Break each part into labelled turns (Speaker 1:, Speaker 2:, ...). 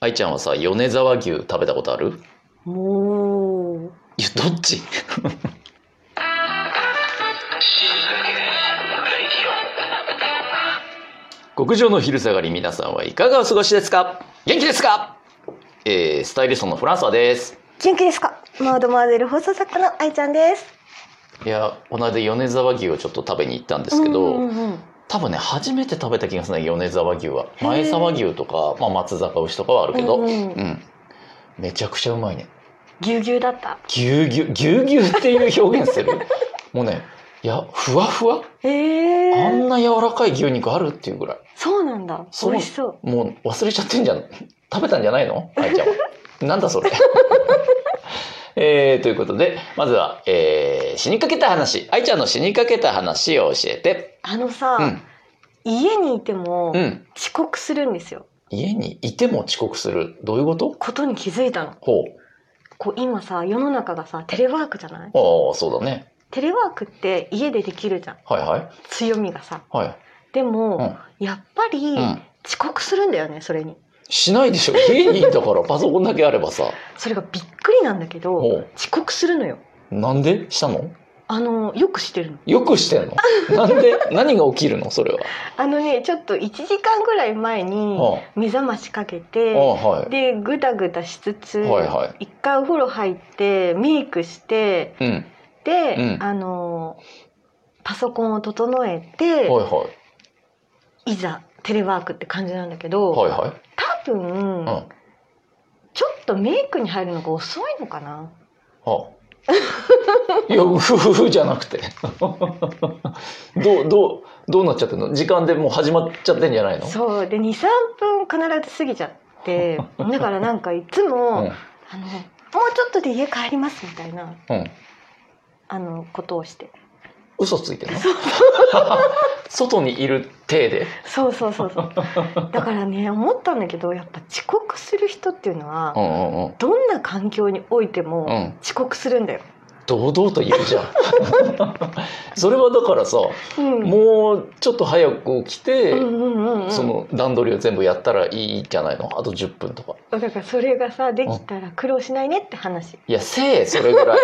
Speaker 1: 愛ちゃんはさ、米沢牛食べたことある
Speaker 2: お
Speaker 1: い
Speaker 2: ー
Speaker 1: や、どっ ち極上の昼下がり皆さんはいかがお過ごしですか元気ですかえー、スタイリストのフランソワです。
Speaker 2: 元気ですかマードマーゼル放送作家の愛ちゃんです
Speaker 1: いや、この間米沢牛をちょっと食べに行ったんですけど、
Speaker 2: うんうんうん
Speaker 1: 多分ね、初めて食べた気がするね、米沢牛は。前沢牛とか、まあ、松坂牛とかはあるけど、
Speaker 2: うんう
Speaker 1: うん
Speaker 2: ん、
Speaker 1: めちゃくちゃうまいね。
Speaker 2: ぎゅうぎゅうだった
Speaker 1: ぎゅうぎゅう、ぎゅうぎゅうっていう表現するもうね、いや、ふわふわ
Speaker 2: え
Speaker 1: あん
Speaker 2: え
Speaker 1: な柔らかい牛肉あるっていうぐらい。
Speaker 2: そうなんだ
Speaker 1: そう
Speaker 2: 美味しそう
Speaker 1: もう忘れちゃってんじゃん。食べたんじゃないの愛ちゃんは。なんだそれ。 えー、ということで、まずは、えー、死にかけた話。愛ちゃんの死にかけた話を教えて。
Speaker 2: あのさ、
Speaker 1: うん。
Speaker 2: 家にいても
Speaker 1: うん。
Speaker 2: 遅刻するんですよ
Speaker 1: 家にいても遅刻する。どういうこと
Speaker 2: ことに気づいたの
Speaker 1: ほう。
Speaker 2: こう今さ世の中がさテレワークじゃない
Speaker 1: ああ、そうだね。
Speaker 2: テレワークって家でできるじゃん
Speaker 1: はいはい。
Speaker 2: 強みがさ
Speaker 1: はい。
Speaker 2: でも、
Speaker 1: うん
Speaker 2: やっぱり
Speaker 1: うん。
Speaker 2: 遅刻するんだよねそれに
Speaker 1: しないでしょ。家にいたからパソコンだけあればさ。
Speaker 2: それがびっくりなんだけど
Speaker 1: ほう。
Speaker 2: 遅刻するのよ
Speaker 1: なんでしたの
Speaker 2: あのよく知ってるの
Speaker 1: よくしてんの なんで何が起きるのそれは。
Speaker 2: あのねちょっと1時間ぐらい前に
Speaker 1: あ
Speaker 2: 目覚ましかけ
Speaker 1: あ、あ
Speaker 2: て
Speaker 1: あはい。
Speaker 2: でぐだぐだしつつ、
Speaker 1: はいは
Speaker 2: 一回お風呂入ってメイクして
Speaker 1: い。うん。
Speaker 2: で、
Speaker 1: うん
Speaker 2: あのパソコンを整えて、
Speaker 1: はいはい。
Speaker 2: い、ざテレワークって感じなんだけど、
Speaker 1: はいはい。
Speaker 2: 多分、
Speaker 1: うん。
Speaker 2: ちょっとメイクに入るのが遅いのかな
Speaker 1: あ いや、うふふふじゃなくて。 どう、どう、どうなっちゃってんの時間でもう始まっちゃってんじゃないの
Speaker 2: そうで23分必ず過ぎちゃって だからなんかいつ
Speaker 1: う
Speaker 2: も、
Speaker 1: ん。
Speaker 2: あのもうちょっとで家帰りますみたいな
Speaker 1: うん。
Speaker 2: あのことをして
Speaker 1: 嘘ついてんの 外にいる体で。
Speaker 2: そうそうそう そうだからね思ったんだけどやっぱ遅刻する人っていうのは、
Speaker 1: うんうんうん。
Speaker 2: どんな環境において
Speaker 1: う
Speaker 2: も
Speaker 1: ん。
Speaker 2: 遅刻するんだよ、
Speaker 1: 堂々と言うじゃん。 それはだからさ、
Speaker 2: うん、
Speaker 1: もうちょっと早く起きて、
Speaker 2: うんうんうんうん
Speaker 1: その段取りを全部やったらいいじゃないのあと10分とか。
Speaker 2: だからそれがさできたら苦労しないねって話
Speaker 1: いや、せえ、それ ぐらい。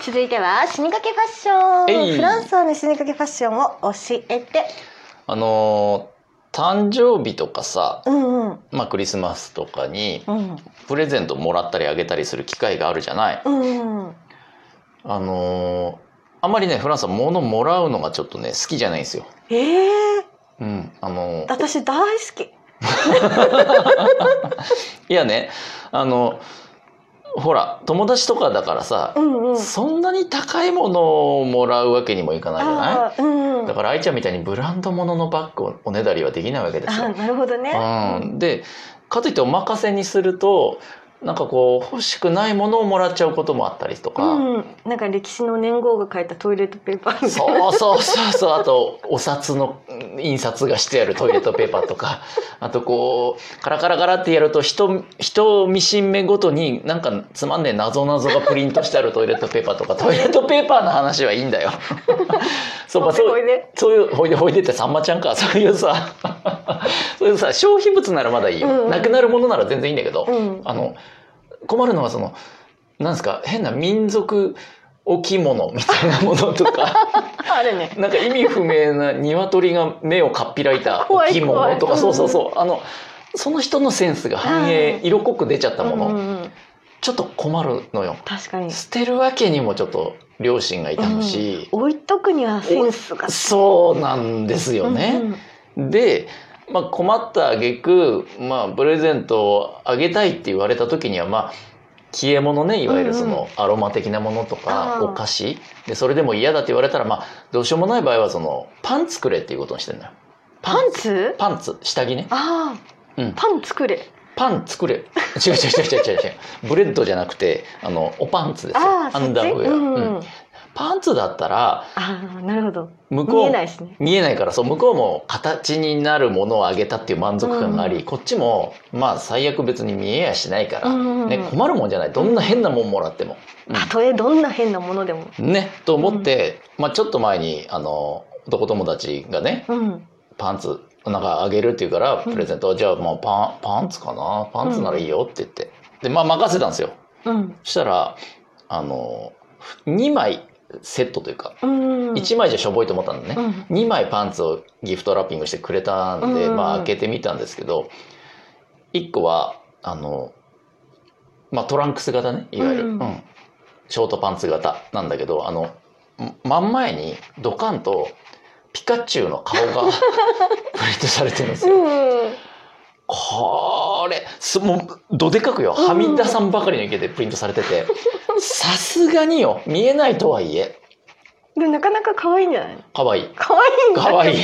Speaker 2: 続いては死にかけファッショ
Speaker 1: え
Speaker 2: ン、
Speaker 1: い
Speaker 2: フランスの死にかけファッションを教えて
Speaker 1: あのー誕生日とかさ、
Speaker 2: うんうん
Speaker 1: まあ、クリスマスとかに
Speaker 2: うん
Speaker 1: プレゼントもらったりあげたりする機会があるじゃない。
Speaker 2: うんうん
Speaker 1: あのーあんまりねフランスは物もらうのがちょっとね好きじゃないんですよ。
Speaker 2: えー、
Speaker 1: うん、あのー
Speaker 2: 私大好き
Speaker 1: いやねあのほら友達とかだからさ
Speaker 2: う、んうん
Speaker 1: そんなに高いものをもらうわけにもいかないじゃな
Speaker 2: あーうんう
Speaker 1: い
Speaker 2: ん
Speaker 1: だから愛ちゃんみたいにブランド物のバッグをおねだりはできないわけですよ
Speaker 2: あ。なるほどね
Speaker 1: うん、でかといってお任せにするとなんかこう欲しくないものをもらっちゃうこともあったりとか、
Speaker 2: うん、なんか歴史の年号が書いたトイレットペーパーみたい
Speaker 1: そ
Speaker 2: な
Speaker 1: うそうそうそうあとお札のうん印刷がしてあるトイレットペーパーとかあとこうカラカラカラってやると人人見しめごとになんかつまんねえ謎謎がプリントしてあるトイレットペーパーとかトイレットペーパーの話はいいんだよ。 そうまあそう
Speaker 2: おいで
Speaker 1: そういうほいでほいでってさんまちゃんか そういうさそういうさ消費物ならまだいいよ、
Speaker 2: うんうん
Speaker 1: なくなるものなら全然いいんだけど、
Speaker 2: うん
Speaker 1: あの困るのはそのなんですか変な民族置物みたいなものとか
Speaker 2: あるね
Speaker 1: なんか意味不明な鶏が目をかっぴらいた
Speaker 2: 怖い
Speaker 1: 置物とか
Speaker 2: 怖い
Speaker 1: そうそうそうあのその人のセンスが反映
Speaker 2: うん
Speaker 1: 色濃く出ちゃったもの、
Speaker 2: うんうんうん
Speaker 1: ちょっと困るのよ
Speaker 2: 確かに
Speaker 1: 捨てるわけにもちょっと両親がいたのし、
Speaker 2: 置いとくにはセンスが
Speaker 1: そうなんですよね。
Speaker 2: うんうん
Speaker 1: で、まあ、困った挙句、まあプレゼントをあげたいって言われた時にはまあ消え物ねいわゆるそ
Speaker 2: うんう
Speaker 1: のアロマ的なものとか
Speaker 2: あー
Speaker 1: お菓子でそれでも嫌だって言われたらまあどうしようもない場合はそのパンツくれっていうことにしてんだよ。
Speaker 2: パンツ
Speaker 1: パンツ下着ね。
Speaker 2: ああ、
Speaker 1: うん
Speaker 2: パン作れ
Speaker 1: パン作れ。違う違う違う違う違う。ブレッドじゃなくてあのおパンツですよ。
Speaker 2: ああ
Speaker 1: アンダーウェア。
Speaker 2: うん
Speaker 1: うんパンツだったら
Speaker 2: ああなるほど
Speaker 1: 向こう
Speaker 2: 見
Speaker 1: も
Speaker 2: えないしね
Speaker 1: 見えないからそう向こうも形になるものをあげたっていう満足感があり、こっちもまあ最悪別に見えやしないから、
Speaker 2: うん
Speaker 1: ね、困るもんじゃないどんな変なもんもらっても。
Speaker 2: たとえどんな変なものでも
Speaker 1: ねと思って、まあ、ちょっと前にあの男友達がね
Speaker 2: うん
Speaker 1: パンツなんかあげるって言うから
Speaker 2: うん
Speaker 1: プレゼントはじゃあもうパンパンツかなパンツならいいよって言ってでまあ任せたんですよ
Speaker 2: うん
Speaker 1: そしたらあの2枚セットというか
Speaker 2: うん
Speaker 1: 1枚じゃしょぼいと思ったんでね、
Speaker 2: うん
Speaker 1: 2枚パンツをギフトラッピングしてくれたんで、
Speaker 2: うん
Speaker 1: まあ開けてみたんですけど1個はあの、まあ、トランクス型ねいわゆる、
Speaker 2: うん
Speaker 1: うんショートパンツ型なんだけどあのん真ん前にドカンとピカチュウの顔 がプリントされてるんですよ。
Speaker 2: うん
Speaker 1: これすもうどでかくよはみ出さんばかりの池でプリントされててさすがによ見えないとはいえ
Speaker 2: でもなかなか可愛いんじゃない
Speaker 1: かわいい。
Speaker 2: 可愛いんだけど
Speaker 1: かわいい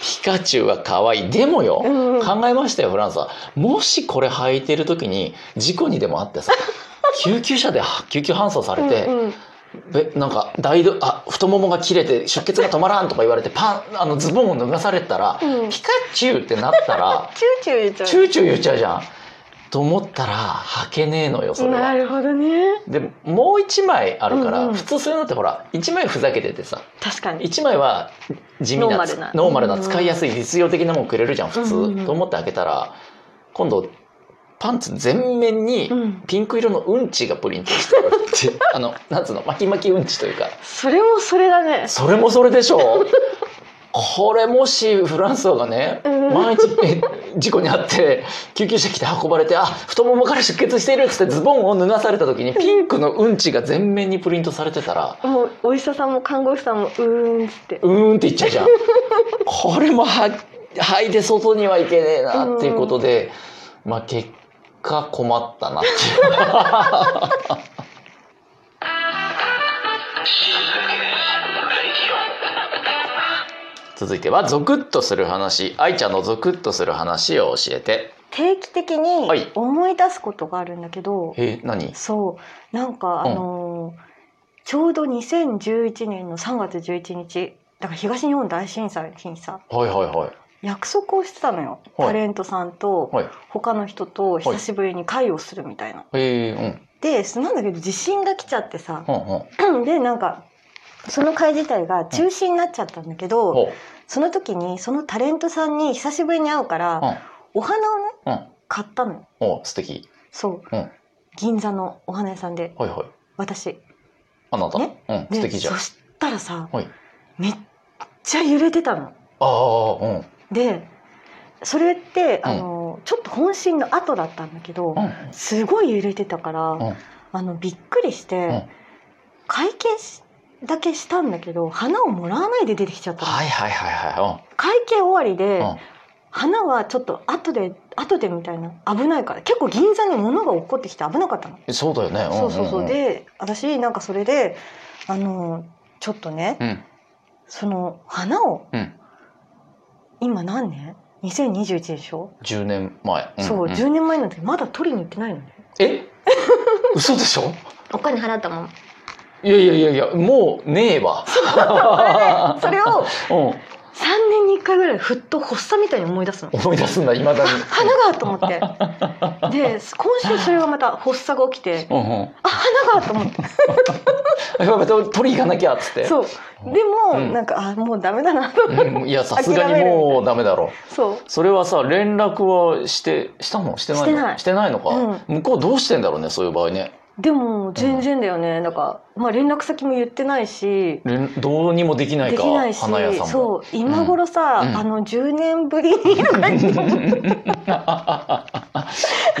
Speaker 1: ピカチュウはかわいいでもよ、
Speaker 2: うん
Speaker 1: 考えましたよフランスはもしこれ履いてる時に事故にでもあって さ救急車では救急搬送され
Speaker 2: う
Speaker 1: て、
Speaker 2: んうん
Speaker 1: べなんか大どあ太ももが切れて出血が止まらんとか言われてパンあのズボンを脱がされたら、
Speaker 2: うん
Speaker 1: ピカチュウってなったら
Speaker 2: チューチュー言っ
Speaker 1: チ
Speaker 2: ちゃ
Speaker 1: ューチュー言っちゃうじゃんと思ったら履けねえのよそうれ
Speaker 2: な
Speaker 1: は。
Speaker 2: るほどね
Speaker 1: でもう一枚あるから、
Speaker 2: うんうん
Speaker 1: 普通そういうのってほら一枚ふざけててさ
Speaker 2: 確かに
Speaker 1: 1枚は地味
Speaker 2: ノー
Speaker 1: な
Speaker 2: マルな
Speaker 1: ノーマルな
Speaker 2: うん
Speaker 1: 使いやすい実用的なもんくれるじゃん普通、
Speaker 2: うんうん
Speaker 1: と思って開けたら今度パンツ全面に
Speaker 2: うん
Speaker 1: ピンク色のうんちがプリントしてあるっていう あのなんつうの巻き巻きうんちというか
Speaker 2: それもそれだね
Speaker 1: それもそれでしょうこれもしフランスがね
Speaker 2: うん
Speaker 1: 毎日え事故に遭って救急車来て運ばれてあ太ももから出血しているっつってズボンを脱がされた時にピンクのうんちが全面にプリントされてたら
Speaker 2: もうお医者さんも看護師さんもうーんっつって
Speaker 1: うーんって言っちゃうじゃんこれもははいで外には行けねえなっていうことで、まあ結果困ったなっていう続いてはゾクッとする話愛ちゃんのゾクッとする話を教えて
Speaker 2: 定期的
Speaker 1: はい
Speaker 2: に思い出すことがあるんだけど、
Speaker 1: え何
Speaker 2: そうなんかあのーちょうど2011年の3月11日だから東日本大震災の日にさ
Speaker 1: はいはいはい
Speaker 2: 約束をしてたのよ、
Speaker 1: はい
Speaker 2: タレントさんと
Speaker 1: はい
Speaker 2: 他の人と久しぶりに会をするみたいな。
Speaker 1: えー、うん
Speaker 2: でなんだけど地震が来ちゃってさ
Speaker 1: ほんほん
Speaker 2: でなんかその会自体が中止になっちゃったんだけど、
Speaker 1: ほ
Speaker 2: その時にそのタレントさんに久しぶりに会うから、
Speaker 1: うん
Speaker 2: お花をね
Speaker 1: ううん
Speaker 2: 買ったのよ
Speaker 1: お素敵
Speaker 2: そう、
Speaker 1: うん
Speaker 2: 銀座のお花屋さんで
Speaker 1: はいはい
Speaker 2: 私
Speaker 1: あなた、
Speaker 2: ね
Speaker 1: うん
Speaker 2: で
Speaker 1: 素敵じゃん
Speaker 2: そしたらさ、
Speaker 1: はい
Speaker 2: めっちゃ揺れてたの
Speaker 1: ああうん
Speaker 2: でそれって、
Speaker 1: うん
Speaker 2: あのちょっと本心の後だったんだけど、
Speaker 1: うん
Speaker 2: すごい揺れてたから、
Speaker 1: ん
Speaker 2: あのびっくりして、
Speaker 1: うん
Speaker 2: 会計しだけしたんだけど花をもらわないで出てきちゃったの、
Speaker 1: はいはいはいは
Speaker 2: 会計終わりで、
Speaker 1: うん
Speaker 2: 花はちょっと後で後でみたいな危ないから結構銀座に物が落っこってきて危なかったの、
Speaker 1: いうん。そうだよね。ん
Speaker 2: そうそうそう、
Speaker 1: んん
Speaker 2: で私なんかそれであのちょっとね、
Speaker 1: うん。
Speaker 2: その花を、
Speaker 1: うん
Speaker 2: 今何年 ?2021 でしょ、
Speaker 1: 10年前。ん
Speaker 2: そう、
Speaker 1: ん
Speaker 2: 10年前なんだけどまだ取りに行ってないのね
Speaker 1: え 嘘でしょ
Speaker 2: お金払ったもん
Speaker 1: いやいやいやいや、もうねえわ。
Speaker 2: それを
Speaker 1: うん。
Speaker 2: 3年に1回ぐらいふっと発作みたいに思い 出すの
Speaker 1: 思い出すんだ、いま だに。
Speaker 2: 花がと思ってで今週それがまた発作が起きて
Speaker 1: うんうん。
Speaker 2: あ花がと思って
Speaker 1: やばい、取り行かなきゃっつって。
Speaker 2: そうでも、
Speaker 1: うん
Speaker 2: なんかあもうダメだなと
Speaker 1: うんい や、さすがに
Speaker 2: 諦める
Speaker 1: もうダメだろ
Speaker 2: そう
Speaker 1: それはさ、連絡はして、したのしてないの
Speaker 2: してない
Speaker 1: してないのか、向こうどうしてんだろうね、そういう場合ね。
Speaker 2: でも全然だよね、なんか、まあ、連絡先も言ってないし
Speaker 1: 連どうにもできない
Speaker 2: で
Speaker 1: か、
Speaker 2: きないし
Speaker 1: 花屋さんも。
Speaker 2: そう今頃さ、
Speaker 1: うん
Speaker 2: あの10年ぶりにとか言っ て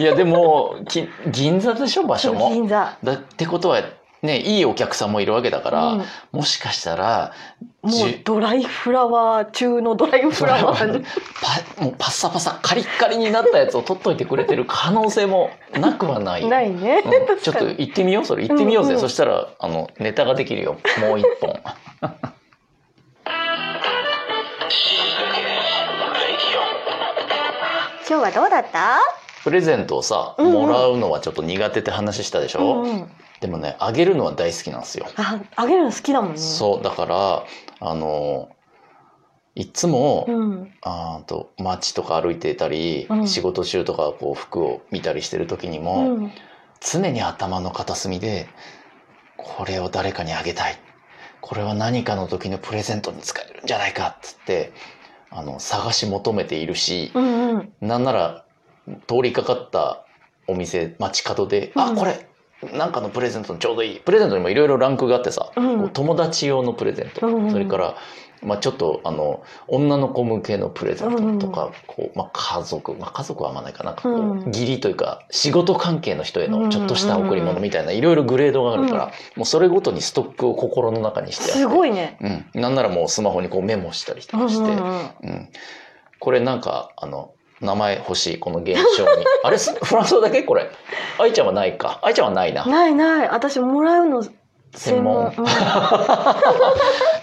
Speaker 1: いやでもき銀座でしょ場所も。
Speaker 2: 銀座
Speaker 1: だってことはねいいお客さんもいるわけだから、
Speaker 2: うん
Speaker 1: もしかしたら
Speaker 2: もう
Speaker 1: じ
Speaker 2: ドライフラワー中のドライフラワー
Speaker 1: パもうパッサパサカリッカリになったやつを取っといてくれてる可能性もなくはない。
Speaker 2: ないね、
Speaker 1: うん
Speaker 2: 確かに
Speaker 1: ちょっと行ってみようそれ行ってみようぜ、
Speaker 2: うんうん
Speaker 1: そしたらあのネタができるよもう一 本
Speaker 2: 今日はどうだった
Speaker 1: プレゼントをさ
Speaker 2: うんうん
Speaker 1: もらうのはちょっと苦手って話したでしょ、
Speaker 2: うんうん
Speaker 1: でもねあげるのは大好きなんですよ
Speaker 2: ああげるの好きだもんね
Speaker 1: そうだからあのいつも、
Speaker 2: うん
Speaker 1: あーと街とか歩いてたり、
Speaker 2: うん
Speaker 1: 仕事中とかこう服を見たりしてる時に
Speaker 2: う
Speaker 1: も、
Speaker 2: ん
Speaker 1: 常に頭の片隅でこれを誰かにあげたいこれは何かの時のプレゼントに使えるんじゃないかっつってあの探し求めているし
Speaker 2: うんうん
Speaker 1: なんなら通りかかったお店街角で「
Speaker 2: う
Speaker 1: あ
Speaker 2: ん
Speaker 1: これなんかのプレゼントにちょうどいい」プレゼントにもいろいろランクがあってさ、
Speaker 2: うん
Speaker 1: こう友達用のプレゼント、
Speaker 2: うんうん
Speaker 1: それから、まあ、ちょっとあの女の子向けのプレゼントとか、こうまあ、家族、まあ、家族はあんまないかななんかこう、
Speaker 2: うん
Speaker 1: 義理というか仕事関係の人へ
Speaker 2: うんう
Speaker 1: の
Speaker 2: ん
Speaker 1: ちょっとした贈り物みたいないろいろグレードがあるから、
Speaker 2: うん
Speaker 1: もうそれごとにストックを心の中にしてあって
Speaker 2: すごいね。
Speaker 1: うん、なんならもうスマホにこうメモしたりと
Speaker 2: うん
Speaker 1: か
Speaker 2: う
Speaker 1: して。
Speaker 2: んうん
Speaker 1: うん、これなんかあの名前欲しいこの現象 にあれすフランス語だけこれ愛ちゃんはないか愛ちゃんはないな
Speaker 2: ないない私もらうの専 門
Speaker 1: 専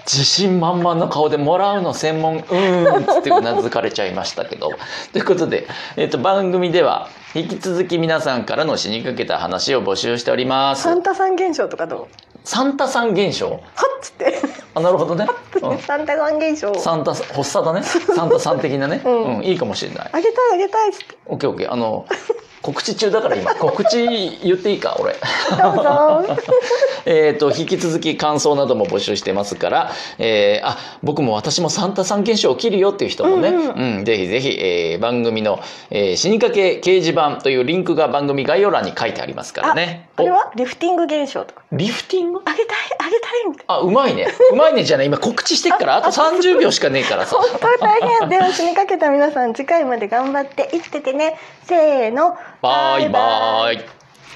Speaker 1: 自信満々の顔でもらうの専門うーんっつってうなずかれちゃいましたけどということで、えっと番組では引き続き皆さんからの死にかけた話を募集しておりま
Speaker 2: うん
Speaker 1: す
Speaker 2: サンタさん現象とかどう
Speaker 1: サンタさん現象
Speaker 2: はっつって
Speaker 1: あなるほどね、うん
Speaker 2: サンタさん現象
Speaker 1: サンタさん発作だねサンタさん的なね、
Speaker 2: うん
Speaker 1: うん、いいかもしれない
Speaker 2: あげたいあげたいっつ って
Speaker 1: オッケーオッケーあの告知中だから今告知言っていいか俺
Speaker 2: どうぞ
Speaker 1: えっと引き続き感想なども募集してますから、えーあ僕も私もサンタさん現象起きるよっていう人もね、う
Speaker 2: うんん
Speaker 1: ぜひぜひ、えー番組の、えー死にかけ掲示板というリンクが番組概要欄に書いてありますからね
Speaker 2: これはリフティング現象とか
Speaker 1: おリフティング
Speaker 2: あげたいあげたいみたい
Speaker 1: あうまいねうまいねじゃない今告知してっからあと30秒しかねえ からさ
Speaker 2: な本当に大 変では死にかけた皆さん次回まで頑張って生きててねせーの
Speaker 1: バイバイ